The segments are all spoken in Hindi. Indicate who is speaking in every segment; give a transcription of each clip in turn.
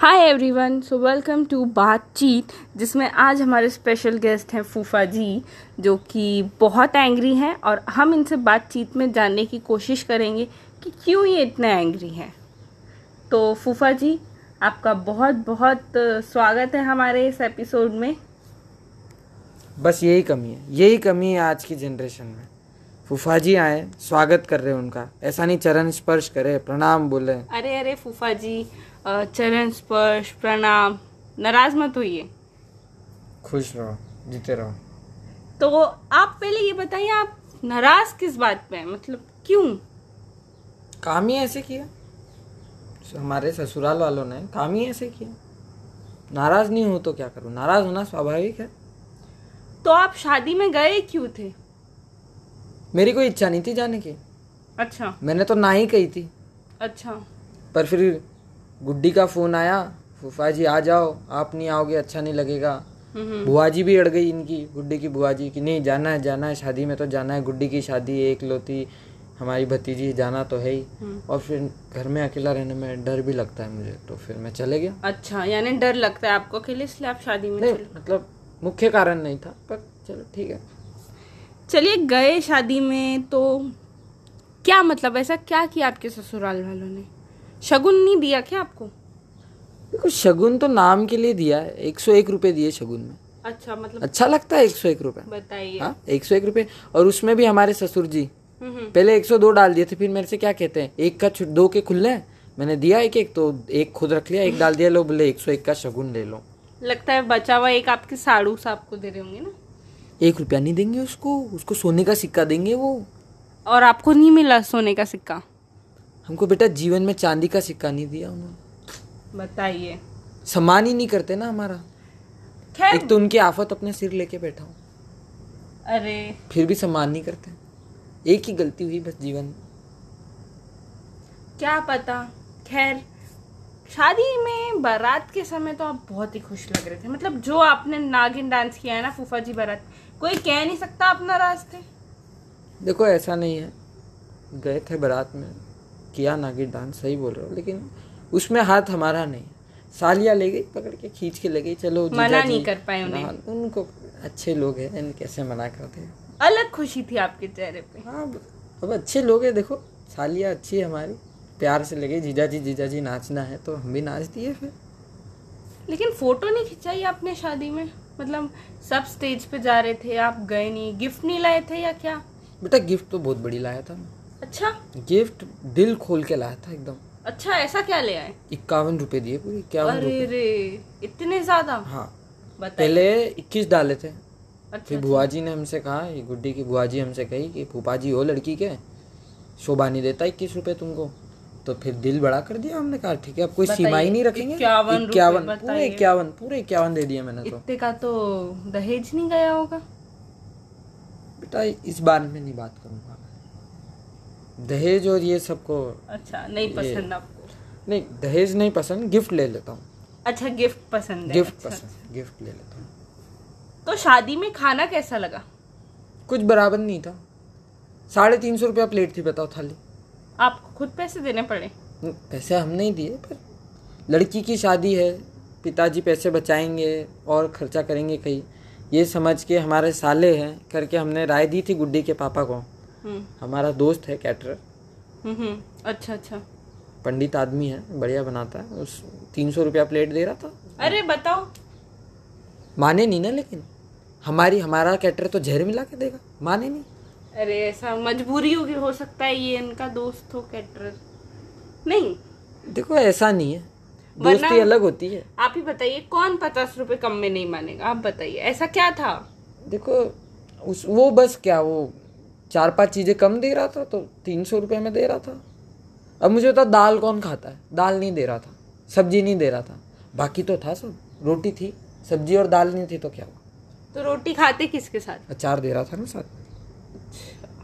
Speaker 1: Hi everyone so welcome to बातचीत जिसमें आज हमारे स्पेशल गेस्ट हैं फूफा जी जो कि बहुत एंग्री हैं और हम इनसे बातचीत में जानने की कोशिश करेंगे कि क्यों ये इतने एंग्री हैं तो फूफा जी आपका बहुत बहुत स्वागत है हमारे इस एपिसोड में
Speaker 2: बस यही कमी है यही कमी है आज की जनरेशन में फूफा जी आए स्वागत कर रहे हैं उनका ऐसा नहीं चरण स्पर्श करे प्रणाम बोले
Speaker 1: अरे अरे फूफा जी अ, चरण स्पर्श प्रणाम नाराज मत होइए
Speaker 2: खुश रहो जीते रहो
Speaker 1: तो आप पहले ये बताइए आप नाराज किस बात पे हैं मतलब क्यों
Speaker 2: काम ही ऐसे किया स- हमारे ससुराल वालों ने काम ही ऐसे किया नाराज नहीं हो तो क्या करूँ नाराज होना स्वाभाविक है
Speaker 1: तो आप शादी में गए क्यों थे
Speaker 2: मेरी कोई इच्छा नहीं थी जाने की
Speaker 1: अच्छा
Speaker 2: मैंने तो ना ही कही थी
Speaker 1: अच्छा
Speaker 2: पर फिर गुड्डी का फोन आया फूफा जी आ जाओ आप नहीं आओगे अच्छा नहीं लगेगा
Speaker 1: हम्म
Speaker 2: बुआ जी भी अड़ गई इनकी गुड्डी की बुआ जी कि नहीं जाना है जाना है शादी में तो जाना है गुड्डी की शादी है एक लोती हमारी भतीजी जाना तो है ही
Speaker 1: हम्म।
Speaker 2: और फिर घर में अकेला रहने में डर भी लगता है मुझे तो फिर मैं चले गया
Speaker 1: अच्छा यानी डर लगता है आपको अकेले इसलिए आप शादी में
Speaker 2: नहीं
Speaker 1: चले
Speaker 2: मतलब मुख्य कारण नहीं था पर चलो ठीक है
Speaker 1: चलिए गए शादी में तो क्या मतलब ऐसा क्या किया आपके ससुराल वालों ने शगुन नहीं दिया क्या आपको
Speaker 2: देखो शगुन तो नाम के लिए दिया है एक सौ एक रुपये दिए शगुन में
Speaker 1: अच्छा मतलब
Speaker 2: अच्छा लगता है एक सौ एक रुपये
Speaker 1: बताइए
Speaker 2: हाँ एक सौ एक रुपये और उसमें भी हमारे ससुर जी
Speaker 1: हम्म, हम्म।
Speaker 2: पहले 102 डाल दिए थे फिर मेरे से क्या कहते हैं एक का छु- दो के खुले हैं मैंने दिया एक एक तो एक खुद रख लिया एक डाल दिया लो बोले 101 का शगुन ले लो
Speaker 1: लगता है बचा हुआ एक आपके साड़ू सा आपको दे रहे होंगे ना
Speaker 2: एक रुपया नहीं देंगे उसको उसको सोने का सिक्का देंगे वो
Speaker 1: और आपको नहीं मिला सोने का सिक्का
Speaker 2: हमको बेटा जीवन में चांदी का सिक्का नहीं दिया उन्होंने
Speaker 1: बताइए
Speaker 2: सम्मान ही नहीं करते ना हमारा
Speaker 1: खैर
Speaker 2: एक तो उनकी आफत अपने सिर लेके बैठा हूँ
Speaker 1: अरे
Speaker 2: फिर भी सम्मान नहीं करते एक ही गलती हुई बस जीवन में।
Speaker 1: क्या पता खैर शादी में बारात के समय तो आप बहुत ही खुश लग रहे थे मतलब जो आपने नागिन डांस किया है ना फूफा जी बारात कोई कह नहीं सकता आप नाराज थे
Speaker 2: देखो ऐसा नहीं है गए थे बारात में किया नागिर डांस सही बोल रहे हो लेकिन उसमें हाथ हमारा नहीं सालिया ले गई पकड़ के खींच के ले गई चलो जीजा
Speaker 1: मना
Speaker 2: जी,
Speaker 1: नहीं कर पाए उन्हें।
Speaker 2: ना- उनको अच्छे लोग हैं इन कैसे मना करते हैं
Speaker 1: अलग खुशी थी आपके चेहरे पे
Speaker 2: हाँ अब- अब अच्छे लोग हैं देखो सालिया अच्छी है हमारी प्यार से लगे जीजा जी जीजा जी नाचना है तो हम भी नाच दिए फिर
Speaker 1: लेकिन फोटो नहीं खिंचाई आपने शादी में मतलब सब स्टेज पे जा रहे थे आप गए नहीं गिफ्ट नहीं लाए थे या क्या
Speaker 2: बेटा गिफ्ट तो बहुत बड़ी लाया था मैं।
Speaker 1: अच्छा
Speaker 2: गिफ्ट दिल खोल के लाया था एकदम
Speaker 1: अच्छा ऐसा क्या ले आए
Speaker 2: इक्यावन रुपए दिए पूरे इक्यावन
Speaker 1: अरे
Speaker 2: रुपये
Speaker 1: रे इतने ज्यादा
Speaker 2: हाँ
Speaker 1: बताइए
Speaker 2: पहले इक्कीस डाले थे
Speaker 1: अच्छा
Speaker 2: फिर बुआ जी ने हमसे कहा ये गुड्डी की बुआ जी हमसे कही कि फूफा जी हो लड़की के शोभा नहीं देता इक्कीस रुपए तुमको तो फिर दिल बड़ा कर दिया हमने कहा ठीक है अब कोई
Speaker 1: बताइए,
Speaker 2: सीमा ही नहीं रखेंगे
Speaker 1: 51 रुपए
Speaker 2: इक्यावन पूरे
Speaker 1: बताइए।
Speaker 2: इक्यावन पूरे इक्यावन दे दिए मैंने तो
Speaker 1: इतने का तो दहेज नहीं गया होगा
Speaker 2: बेटा इस बारे में नहीं बात करूंगा मैं। दहेज और ये सबको
Speaker 1: अच्छा नहीं पसंद आपको
Speaker 2: नहीं दहेज नहीं पसंद गिफ्ट ले लेता हूँ
Speaker 1: अच्छा गिफ्ट पसंद है
Speaker 2: गिफ्ट
Speaker 1: अच्छा।
Speaker 2: पसंद गिफ्ट ले लेता हूँ
Speaker 1: तो शादी में खाना कैसा लगा
Speaker 2: कुछ बराबर नहीं था साढ़े तीन सौ रुपया प्लेट थी बताओ थाली
Speaker 1: आपको खुद पैसे देने पड़े
Speaker 2: पैसे हम नहीं दिए पर लड़की की शादी है पिताजी पैसे बचाएंगे और खर्चा करेंगे कहीं ये समझ के हमारे साले हैं करके हमने राय दी थी गुड्डी के पापा को
Speaker 1: हम्म
Speaker 2: हमारा दोस्त है कैटरर
Speaker 1: हम्म, हम्म अच्छा अच्छा
Speaker 2: पंडित आदमी है बढ़िया बनाता है उस तीन सौ रुपया प्लेट दे रहा था
Speaker 1: अरे बताओ
Speaker 2: माने नहीं ना लेकिन हमारी हमारा कैटरर तो जहर मिला के देगा माने नहीं
Speaker 1: अरे ऐसा मजबूरी होगी हो सकता है ये इनका दोस्त हो कैटरर नहीं
Speaker 2: देखो ऐसा नहीं है
Speaker 1: वरना-
Speaker 2: दोस्ती अलग होती है
Speaker 1: आप ही बताइए कौन पचास रुपए कम में नहीं मानेगा आप बताइए ऐसा क्या था
Speaker 2: देखो उस वो बस क्या वो चार पांच चीज़ें कम दे रहा था तो तीन सौ रुपये में दे रहा था अब मुझे बता दाल कौन खाता है दाल नहीं दे रहा था सब्जी नहीं दे रहा था बाकी तो था सब रोटी थी सब्जी और दाल नहीं थी तो क्या हुआ
Speaker 1: तो रोटी खाते किसके साथ
Speaker 2: अचार दे रहा था ना साथ में।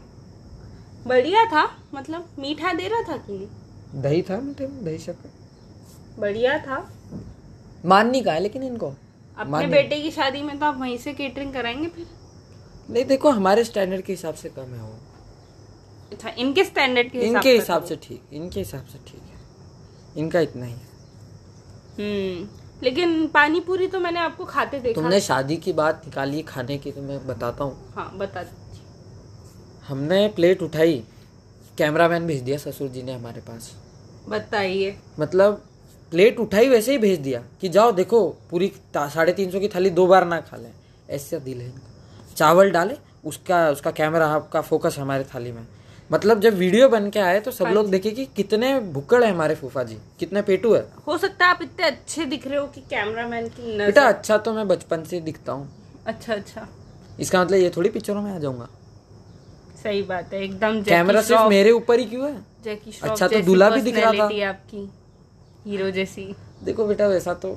Speaker 1: बढ़िया था मतलब मीठा दे रहा था कि नहीं
Speaker 2: दही था मीठे में दही शक्कर
Speaker 1: बढ़िया था
Speaker 2: मान नहीं का है लेकिन इनको
Speaker 1: अपने
Speaker 2: मानिए।
Speaker 1: बेटे की शादी में तो आप वहीं से केटरिंग कराएंगे फिर
Speaker 2: नहीं देखो हमारे स्टैंडर्ड के हिसाब से कम है वो
Speaker 1: अच्छा इनके स्टैंडर्ड के हिसाब
Speaker 2: इनके
Speaker 1: से तो
Speaker 2: हिसाब
Speaker 1: करो।
Speaker 2: से ठीक इनके हिसाब से ठीक है इनका इतना ही है
Speaker 1: हम्म लेकिन पानी पूरी तो मैंने आपको खाते देखा
Speaker 2: तुमने शादी की बात निकाली खाने की तो मैं बताता हूँ
Speaker 1: हाँ बता
Speaker 2: हमने प्लेट उठाई कैमरामैन भेज दिया ससुर जी ने हमारे पास
Speaker 1: बताइए
Speaker 2: मतलब प्लेट उठाई वैसे ही भेज दिया कि जाओ देखो पूरी ता- साढ़े तीन सौ की थाली दो बार ना खा लें ऐसा दिल है इनका चावल डाले उसका उसका कैमरा आपका फोकस हमारे थाली में मतलब जब वीडियो बन के आए तो सब लोग देखे कि कितने भुक्कड़ है हमारे फूफा जी कितने पेटू है
Speaker 1: हो सकता है आप इतने अच्छे दिख रहे हो कि कैमरामैन की नजर
Speaker 2: बेटा अच्छा तो मैं बचपन से दिखता हूँ
Speaker 1: अच्छा अच्छा
Speaker 2: इसका मतलब ये थोड़ी पिक्चरों में आ जाऊंगा
Speaker 1: सही बात है एकदम
Speaker 2: कैमरा सिर्फ मेरे ऊपर ही क्यों है
Speaker 1: जैकी श्रॉफ
Speaker 2: अच्छा, तो
Speaker 1: जैसी
Speaker 2: दूल्हा भी दिख रहा था।
Speaker 1: personality आपकी हीरो जैसी
Speaker 2: देखो बेटा वैसा तो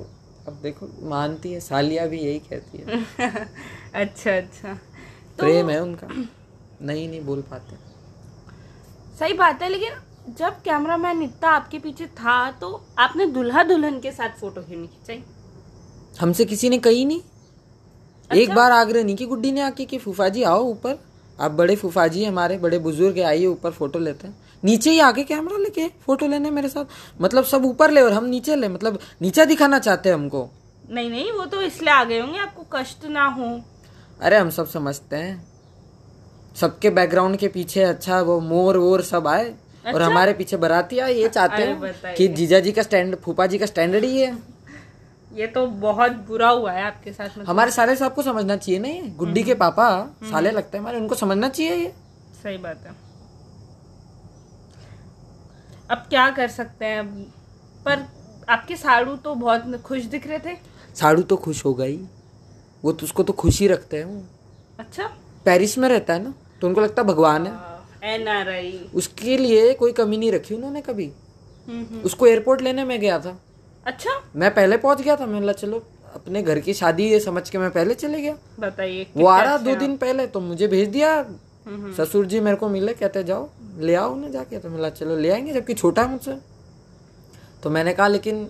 Speaker 2: अब देखो मानती है सालिया भी यही कहती है
Speaker 1: अच्छा अच्छा
Speaker 2: प्रेम है उनका नहीं नहीं बोल पाते
Speaker 1: सही बात है लेकिन जब कैमरामैन इतना आपके पीछे था तो आपने दुल्हा दुल्हन के साथ फोटो क्यों नहीं खिंचाई
Speaker 2: हमसे किसी ने कही नहीं एक बार आगरे नहीं की गुड्डी ने आके कि फूफाजी आओ ऊपर आप बड़े फूफाजी हैं हमारे बड़े बुजुर्ग हैं आइए ऊपर फोटो लेते हैं नीचे ही आके कैमरा लेके फोटो लेने मेरे साथ मतलब सब ऊपर ले और हम नीचे ले मतलब नीचा दिखाना चाहते हैं हमको
Speaker 1: नहीं नहीं वो तो इसलिए आ गए होंगे आपको कष्ट ना हो
Speaker 2: अरे हम सब समझते हैं सबके बैकग्राउंड के पीछे अच्छा वो मोर वोर सब आए और हमारे पीछे बाराती आए ये चाहते
Speaker 1: अच्छा? अरे
Speaker 2: हैं
Speaker 1: बताइए।
Speaker 2: कि जीजा जी का स्टैंड फूफा जी का स्टैंडर्ड ही है
Speaker 1: ये तो बहुत बुरा हुआ है आपके साथ मतलब
Speaker 2: हमारे साले साहब को समझना चाहिए ना ये गुड्डी
Speaker 1: हम्म।
Speaker 2: के पापा साले लगते हैं हमारे उनको समझना चाहिए ये
Speaker 1: सही बात है अब क्या कर सकते हैं अब? पर आपके साड़ू तो बहुत खुश दिख रहे थे
Speaker 2: साड़ू तो खुश हो गई वो तो उसको तो खुशी रखते हैं वो
Speaker 1: अच्छा
Speaker 2: पेरिस में रहता है ना तो उनको लगता है भगवान है
Speaker 1: एन आर आई
Speaker 2: उसके लिए कोई कमी नहीं रखी उन्होंने कभी उसको एयरपोर्ट लेने में गया था
Speaker 1: हम्म, अच्छा
Speaker 2: मैं पहले पहुंच गया था मैं बोला चलो अपने घर की शादी है समझ के मैं पहले चले गया
Speaker 1: बताइए
Speaker 2: वो आ रहा दो दिन पहले तो मुझे भेज दिया ससुर जी मेरे को मिले कहते जाओ ले आओ उन्हें जाके तो मिला चलो ले आएंगे जबकि छोटा है मुझसे तो मैंने कहा लेकिन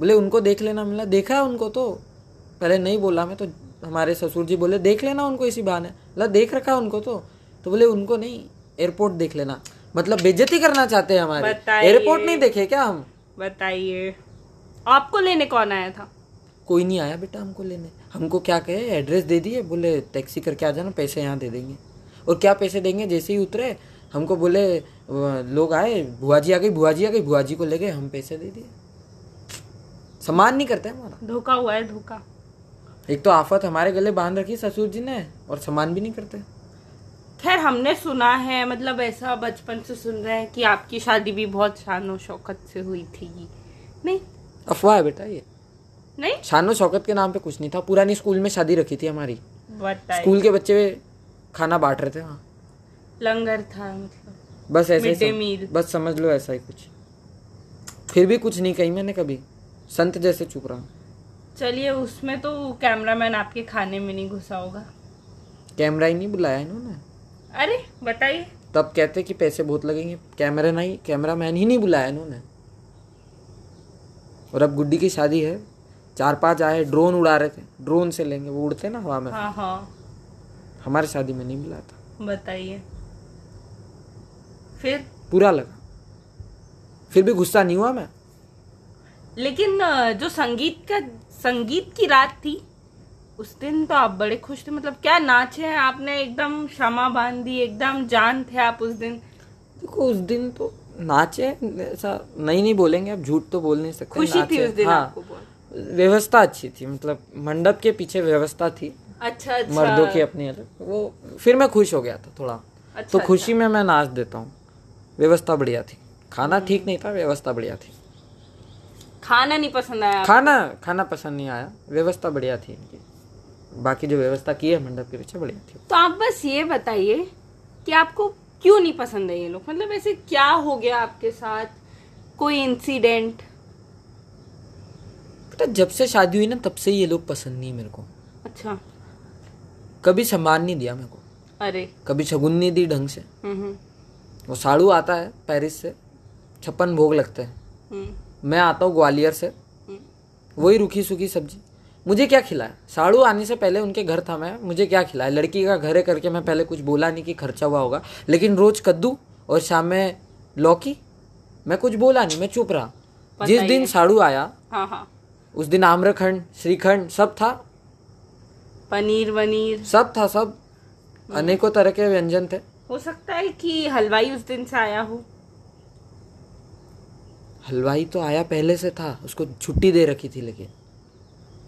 Speaker 2: बोले उनको देख लेना मिला देखा है उनको तो पहले नहीं बोला मैं तो हमारे ससुर जी बोले देख लेना उनको इसी बहाने बोला देख रखा है उनको तो तो बोले उनको नहीं एयरपोर्ट देख लेना मतलब बेइज्जती करना चाहते हैं हमारे
Speaker 1: बताइए।
Speaker 2: एयरपोर्ट नहीं देखे क्या हम
Speaker 1: बताइए आपको लेने कौन आया था
Speaker 2: कोई नहीं आया बेटा हमको लेने हमको क्या कहे एड्रेस दे दिए बोले टैक्सी करके आ जाना पैसे यहाँ दे देंगे और क्या पैसे देंगे जैसे ही उतरे हमको बोले "व- लोग आए बुआ जी आ गई बुआ जी आ गई बुआ जी को ले गए हम पैसे दे दिए सम्मान नहीं करते हमारा
Speaker 1: धोखा हुआ है धोखा
Speaker 2: एक तो आफत हमारे गले बांध रखी ससुर जी ने और सम्मान भी नहीं करते
Speaker 1: खैर हमने सुना है मतलब ऐसा बचपन से सुन रहे हैं कि आपकी शादी भी बहुत शान और शौकत से हुई थी नहीं
Speaker 2: अफवाह है बेटा ये
Speaker 1: नहीं
Speaker 2: शानो शौकत के नाम पे कुछ नहीं था पुरानी स्कूल में शादी रखी थी हमारी
Speaker 1: बताइए
Speaker 2: स्कूल के बच्चे खाना बांट रहे थे हाँ
Speaker 1: लंगर था मतलब
Speaker 2: बस ऐसे ही
Speaker 1: Mid day
Speaker 2: सम-
Speaker 1: meal.
Speaker 2: बस समझ लो ऐसा ही कुछ फिर भी कुछ नहीं कही मैंने कभी संत जैसे चुप रहा
Speaker 1: चलिए उसमें तो कैमरामैन आपके खाने में नहीं घुसा होगा
Speaker 2: कैमरा ही नहीं बुलाया इन्होंने
Speaker 1: अरे बताइए
Speaker 2: तब कहते कि पैसे बहुत लगेंगे कैमरा नहीं कैमरा मैन ही नहीं बुलाया इन्होंने और अब गुड्डी की शादी है चार पांच आए ड्रोन उड़ा रहे थे ड्रोन से लेंगे वो उड़ते ना हवा में
Speaker 1: हाँ हाँ
Speaker 2: हमारी शादी में नहीं बुलाया था
Speaker 1: बताइए फिर
Speaker 2: बुरा लगा फिर भी गुस्सा नहीं हुआ मैं
Speaker 1: लेकिन अ, जो संगीत का संगीत की रात थी उस दिन तो आप बड़े खुश थे मतलब क्या नाचे हैं आपने एकदम क्षमा बांध दी एकदम जान थे आप उस दिन
Speaker 2: देखो उस दिन तो नाचे ऐसा नहीं नहीं बोलेंगे अब झूठ तो बोल नहीं सकते
Speaker 1: खुशी थी
Speaker 2: नाचे,
Speaker 1: उस दिन
Speaker 2: हाँ।
Speaker 1: आपको बहुत
Speaker 2: व्यवस्था अच्छी थी मतलब मंडप के पीछे व्यवस्था थी
Speaker 1: अच्छा अच्छा
Speaker 2: मर्दों की अपनी अलग वो फिर मैं खुश हो गया था थोड़ा तो
Speaker 1: अच्छा
Speaker 2: खुशी में मैं नाच देता हूँ व्यवस्था बढ़िया थी खाना ठीक नहीं था व्यवस्था बढ़िया थी
Speaker 1: खाना नहीं पसंद आया आप-
Speaker 2: खाना खाना पसंद नहीं आया व्यवस्था बढ़िया थी इनकी बाकी जो व्यवस्था की है मंडप के पीछे बढ़िया थी
Speaker 1: तो आप बस ये बताइए कि आपको क्यों नहीं पसंद है ये लोग मतलब ऐसे क्या हो गया आपके साथ कोई इंसिडेंट
Speaker 2: बेटा जब से शादी हुई ना तब से ये लोग पसंद नहीं मेरे को
Speaker 1: अच्छा
Speaker 2: कभी सम्मान नहीं दिया मेरे को
Speaker 1: अरे
Speaker 2: कभी शगुन नहीं दी ढंग से
Speaker 1: हम्म हम्म,
Speaker 2: वो साड़ू आता है पेरिस से छप्पन भोग लगते हैं
Speaker 1: हम्म
Speaker 2: मैं आता हूँ ग्वालियर से
Speaker 1: हम्म।
Speaker 2: वही रूखी सूखी सब्जी मुझे क्या खिलाया साड़ू आने से पहले उनके घर था मैं मुझे क्या खिलाया लड़की का घर है करके मैं पहले कुछ बोला नहीं कि खर्चा हुआ होगा लेकिन रोज कद्दू और शाम में लौकी मैं कुछ बोला नहीं मैं चुप रहा जिस दिन साड़ू आया
Speaker 1: हाँ हाँ
Speaker 2: उस दिन आम्रखंड श्रीखंड सब था
Speaker 1: पनीर वनीर
Speaker 2: सब था सब अनेकों तरह के व्यंजन थे
Speaker 1: हो सकता है कि हलवाई उस दिन से आया हो
Speaker 2: हलवाई तो आया पहले से था उसको छुट्टी दे रखी थी लेकिन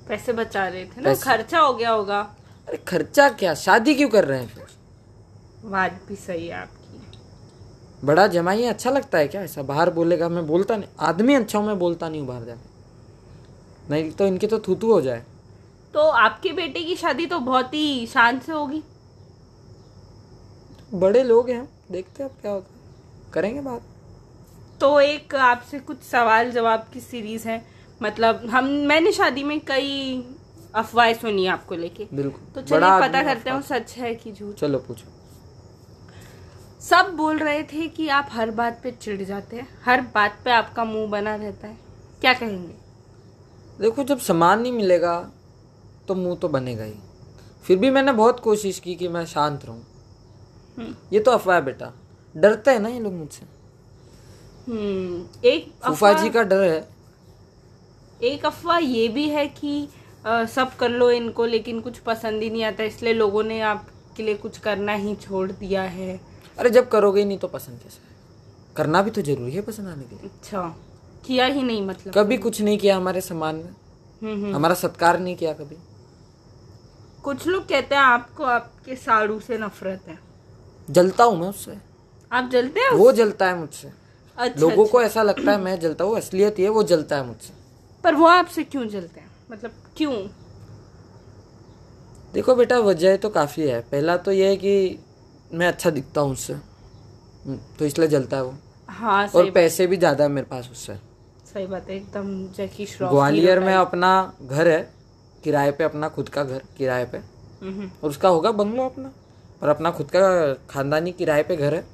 Speaker 1: पैसे बचा रहे थे ना
Speaker 2: पैसे।
Speaker 1: खर्चा हो गया होगा
Speaker 2: अरे खर्चा क्या शादी क्यों कर रहे हैं फिर
Speaker 1: बात भी सही है आपकी
Speaker 2: बड़ा जमाई अच्छा लगता है क्या ऐसा बाहर बोलेगा मैं बोलता नहीं आदमी अच्छा हूँ मैं बोलता नहीं हूँ बाहर जाके नहीं तो इनके तो थूतू हो जाए
Speaker 1: तो आपके बेटे की शादी तो बहुत ही शान से होगी
Speaker 2: बड़े लोग हैं देखते हैं अब क्या होता है करेंगे बात
Speaker 1: तो एक आपसे कुछ सवाल जवाब की सीरीज है मतलब हम मैंने शादी में कई अफवाहें सुनी आपको लेके
Speaker 2: बिल्कुल
Speaker 1: तो चलिए
Speaker 2: बड़ा
Speaker 1: पता
Speaker 2: आदमी
Speaker 1: करते हैं
Speaker 2: है
Speaker 1: वो सच है कि झूठ
Speaker 2: चलो पूछो
Speaker 1: सब बोल रहे थे कि आप हर बात पे चिढ़ जाते हैं हर बात पे आपका मुंह बना रहता है क्या कहेंगे
Speaker 2: देखो जब सामान नहीं मिलेगा तो मुंह तो बनेगा ही फिर भी मैंने बहुत कोशिश की कि मैं शांत रहूं
Speaker 1: हम्म।
Speaker 2: ये तो अफवाह है बेटा डरते हैं ना ये लोग मुझसे
Speaker 1: हम्म एक
Speaker 2: फूफा
Speaker 1: अफवाह
Speaker 2: जी का डर है
Speaker 1: एक अफवाह ये भी है कि अ, सब कर लो इनको लेकिन कुछ पसंद ही नहीं आता इसलिए लोगों ने आपके लिए कुछ करना ही छोड़ दिया है
Speaker 2: अरे जब करोगे ही नहीं तो पसंद कैसे आएगा? करना भी तो जरूरी है पसंद आने के लिए
Speaker 1: अच्छा किया ही नहीं मतलब
Speaker 2: कभी कुछ नहीं किया हमारे सामान में
Speaker 1: हम्म हम्म
Speaker 2: हमारा सत्कार नहीं किया कभी
Speaker 1: कुछ लोग कहते हैं आपको आपके साड़ू से नफरत है
Speaker 2: जलता हूँ मैं उससे
Speaker 1: आप जलते हैं
Speaker 2: वो जलता है मुझसे
Speaker 1: अच्छा
Speaker 2: लोगों को ऐसा लगता है मैं जलता हूँ असलियत ये है, वो जलता है मुझसे
Speaker 1: पर वो आपसे क्यों जलते हैं मतलब क्यों
Speaker 2: देखो बेटा वजह तो काफ़ी है पहला तो ये है कि मैं अच्छा दिखता हूँ उससे हम्म, तो इसलिए जलता है वो
Speaker 1: हाँ
Speaker 2: और
Speaker 1: सही
Speaker 2: पैसे भी ज़्यादा है मेरे पास उससे
Speaker 1: सही बात है एकदम जैकी श्रॉफ
Speaker 2: ग्वालियर में अपना घर है किराए पे अपना खुद का घर किराए पे
Speaker 1: हम्म,
Speaker 2: और उसका होगा बंगलो अपना और अपना खुद का खानदानी किराए पे घर है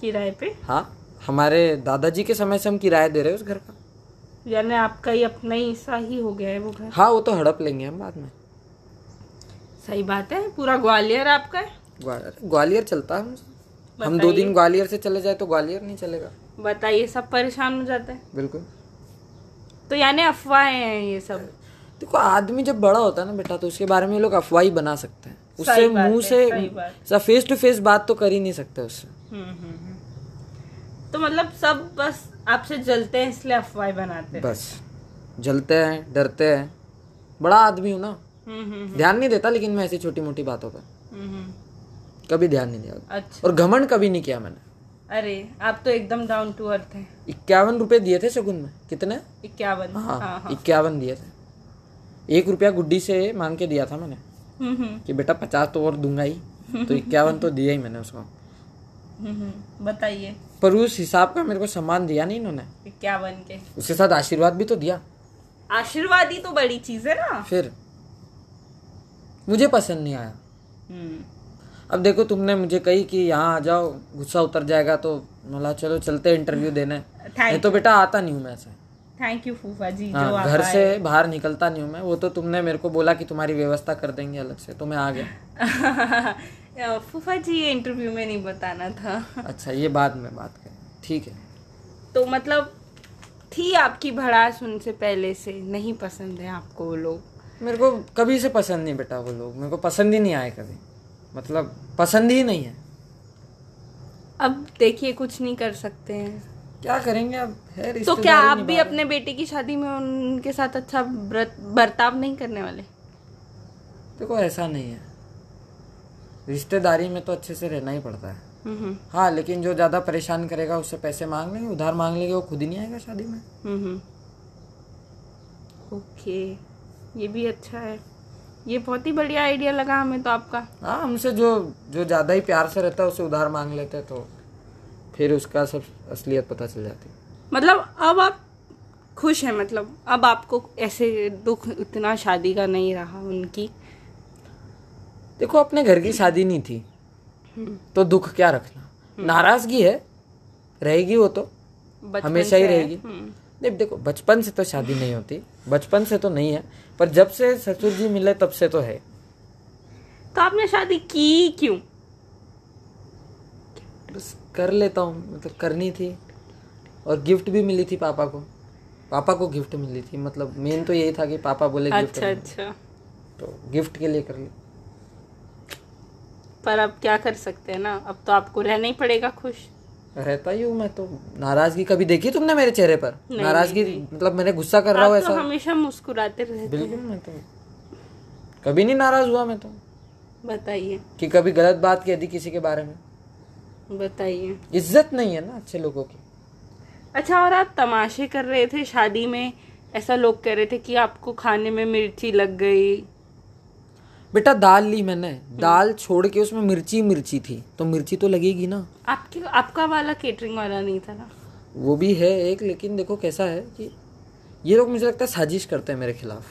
Speaker 1: किराए पे
Speaker 2: हाँ हमारे दादाजी के समय से हम किराया दे रहे हैं उस घर का
Speaker 1: यानी आपका ही अपना ही हिस्सा ही हो गया है वो घर
Speaker 2: हाँ वो तो हड़प लेंगे हम बाद में
Speaker 1: सही बात है पूरा ग्वालियर आपका है
Speaker 2: ग्वालियर ग्वालियर चलता है हमसे। हम दो दिन ग्वालियर से चले जाए तो ग्वालियर नहीं चलेगा
Speaker 1: बताइए सब परेशान हो जाते हैं
Speaker 2: बिल्कुल
Speaker 1: तो यानी अफवाहें हैं ये सब
Speaker 2: देखो आदमी जब बड़ा होता है ना बेटा तो उसके बारे में ये लोग अफवाह ही बना सकते हैं उससे
Speaker 1: सही बात है,
Speaker 2: मुंह
Speaker 1: सही बात।
Speaker 2: से फेस टू फेस बात तो कर ही नहीं सकते उससे
Speaker 1: हम्म, हम्म, हम्म। तो मतलब सब बस आपसे जलते हैं इसलिए अफवाहें बनाते हैं
Speaker 2: बस जलते हैं डरते हैं बड़ा आदमी हूँ ना
Speaker 1: हम्म, हम्म,
Speaker 2: ध्यान नहीं देता लेकिन मैं ऐसी छोटी मोटी बातों पर
Speaker 1: हम्म, हम्म।
Speaker 2: कभी ध्यान नहीं दिया
Speaker 1: अच्छा
Speaker 2: और घमंड कभी नहीं किया मैंने
Speaker 1: अरे आप तो एकदम डाउन टू अर्थ हैं
Speaker 2: इक्यावन रुपए दिए थे शगुन में कितने
Speaker 1: इक्यावन हाँ
Speaker 2: हाँ
Speaker 1: हाँ
Speaker 2: इक्यावन दिए थे एक रुपया गुड्डी से मांग के दिया था मैंने
Speaker 1: हम्म, हम्म,
Speaker 2: कि बेटा पचास तो और दूंगा ही तो इक्यावन तो दिया ही मैंने उसको
Speaker 1: हम्म, हम्म। बताइए
Speaker 2: पर उस हिसाब का मेरे को सामान दिया नहीं इन्होंने
Speaker 1: इक्यावन के
Speaker 2: उसके साथ आशीर्वाद भी तो दिया
Speaker 1: आशीर्वादी तो बड़ी चीज है ना
Speaker 2: फिर मुझे पसंद नहीं आया
Speaker 1: हम्म,
Speaker 2: अब देखो तुमने मुझे कही कि यहाँ आ जाओ गुस्सा उतर जाएगा तो मला चलो चलते इंटरव्यू देने नहीं
Speaker 1: थैंक
Speaker 2: तो बेटा आता नहीं हूँ मैं ऐसे
Speaker 1: थैंक यू फूफा जी जो
Speaker 2: हाँ,
Speaker 1: आप
Speaker 2: घर
Speaker 1: आए।
Speaker 2: से बाहर निकलता नहीं हूँ मैं वो तो तुमने मेरे को बोला कि तुम्हारी व्यवस्था कर देंगे अलग से तो मैं आ गया
Speaker 1: फूफा जी ये इंटरव्यू में नहीं बताना था
Speaker 2: अच्छा ये बाद में बात करें ठीक है
Speaker 1: तो मतलब थी आपकी भड़ास उनसे पहले से नहीं पसंद है आपको वो लोग
Speaker 2: मेरे को कभी से पसंद नहीं बेटा वो लोग मेरे को पसंद ही नहीं आए कभी मतलब पसंद ही नहीं है
Speaker 1: अब देखिए कुछ नहीं कर सकते हैं
Speaker 2: क्या करेंगे अब है
Speaker 1: तो क्या
Speaker 2: रिश्तेदारी
Speaker 1: आप भी
Speaker 2: निभा रहे।
Speaker 1: अपने बेटे की शादी में उनके साथ अच्छा व्रत- बर्ताव नहीं करने वाले
Speaker 2: देखो ऐसा नहीं है रिश्तेदारी में तो अच्छे से रहना ही पड़ता है
Speaker 1: हम्म
Speaker 2: हाँ लेकिन जो ज़्यादा परेशान करेगा उससे पैसे मांग लेंगे उधार मांग लेंगे वो खुद ही नहीं आएगा शादी में
Speaker 1: हम्म ओके ये भी अच्छा है ये बहुत ही बढ़िया आइडिया लगा हमें तो आपका
Speaker 2: हाँ हमसे जो जो ज़्यादा ही प्यार से रहता है उससे उधार मांग लेते हैं तो फिर उसका सब असलियत पता चल जाती है
Speaker 1: मतलब अब आप खुश हैं मतलब अब आपको ऐसे दुख इतना शादी का नहीं रहा उनकी
Speaker 2: देखो अपने घर की शादी नहीं थी तो दुख क्या रखना नाराज़गी है रहेगी वो तो
Speaker 1: बचपन
Speaker 2: हमेशा ही
Speaker 1: से है।
Speaker 2: रहेगी।
Speaker 1: हम्म।
Speaker 2: नहीं देखो बचपन से तो शादी नहीं होती बचपन से तो नहीं है पर जब से ससुर जी मिले तब से तो है
Speaker 1: तो आपने शादी की क्यों
Speaker 2: बस कर लेता हूँ मतलब करनी थी और गिफ्ट भी मिली थी पापा को पापा को गिफ्ट मिली थी मतलब मेन तो यही था कि पापा बोले गिफ्ट
Speaker 1: अच्छा अच्छा
Speaker 2: तो गिफ्ट के लिए कर ली
Speaker 1: पर अब क्या कर सकते हैं ना अब तो आपको रहना ही पड़ेगा खुश
Speaker 2: रहता ही हूँ मैं तो नाराजगी कभी देखी तुमने मेरे चेहरे पर नाराजगी मतलब मैंने गुस्सा कर रहा हूँ
Speaker 1: आप
Speaker 2: ऐसा
Speaker 1: तो हमेशा मुस्कुराते रहते
Speaker 2: बिल्कुल मैं तो कभी नहीं नाराज हुआ मैं तो
Speaker 1: बताइए
Speaker 2: कि कभी गलत बात कह दी किसी के बारे में
Speaker 1: बताइए
Speaker 2: इज्जत नहीं है ना अच्छे लोगों की
Speaker 1: अच्छा और आप तमाशे कर रहे थे शादी में ऐसा लोग कह रहे थे कि आपको खाने में मिर्ची लग गई
Speaker 2: बेटा दाल ली मैंने दाल छोड़ के उसमें मिर्ची मिर्ची थी तो मिर्ची तो लगेगी ना
Speaker 1: आपके आपका वाला केटरिंग वाला नहीं था ना
Speaker 2: वो भी है एक लेकिन देखो कैसा है कि ये लोग मुझे लगता है साजिश करते हैं मेरे खिलाफ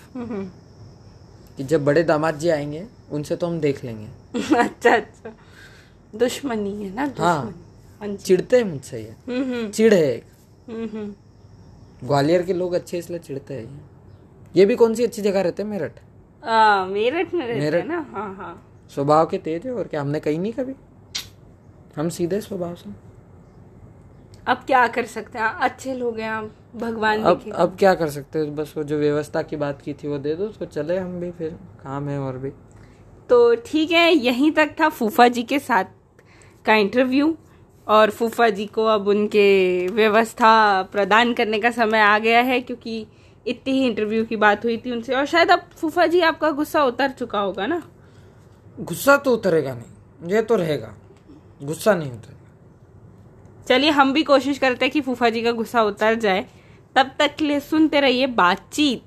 Speaker 2: कि जब बड़े दामाद जी आएंगे उनसे तो हम देख लेंगे
Speaker 1: अच्छा अच्छा दुश्मनी है ना दुश्मनी हाँ।
Speaker 2: चिढ़ते हैं मुझसे ये चिढ़ है एक
Speaker 1: हम्म
Speaker 2: ग्वालियर के लोग अच्छे इसलिए चिढ़ते हैं ये ये भी कौन सी अच्छी जगह रहते हैं मेरठ
Speaker 1: आ, मेरठ में रहते
Speaker 2: मेरठ।
Speaker 1: हैं ना हाँ हाँ
Speaker 2: स्वभाव के तेज है और क्या हमने कही नहीं कभी हम सीधे स्वभाव से
Speaker 1: अब क्या कर सकते हैं अच्छे लोग हैं आप भगवान
Speaker 2: अब
Speaker 1: देखे
Speaker 2: अब क्या कर सकते हो बस वो जो व्यवस्था की बात की थी वो दे दो तो चले हम भी फिर काम है और भी
Speaker 1: तो ठीक है यहीं तक था फूफा जी के साथ का इंटरव्यू और फूफा जी को अब उनके व्यवस्था प्रदान करने का समय आ गया है क्योंकि इतनी ही इंटरव्यू की बात हुई थी उनसे और शायद अब फूफा जी आपका गुस्सा उतर चुका होगा ना
Speaker 2: गुस्सा तो उतरेगा नहीं ये तो रहेगा गुस्सा नहीं उतरेगा
Speaker 1: चलिए हम भी कोशिश करते हैं कि फूफा जी का गुस्सा उतर जाए तब तक के लिए सुनते रहिए बातचीत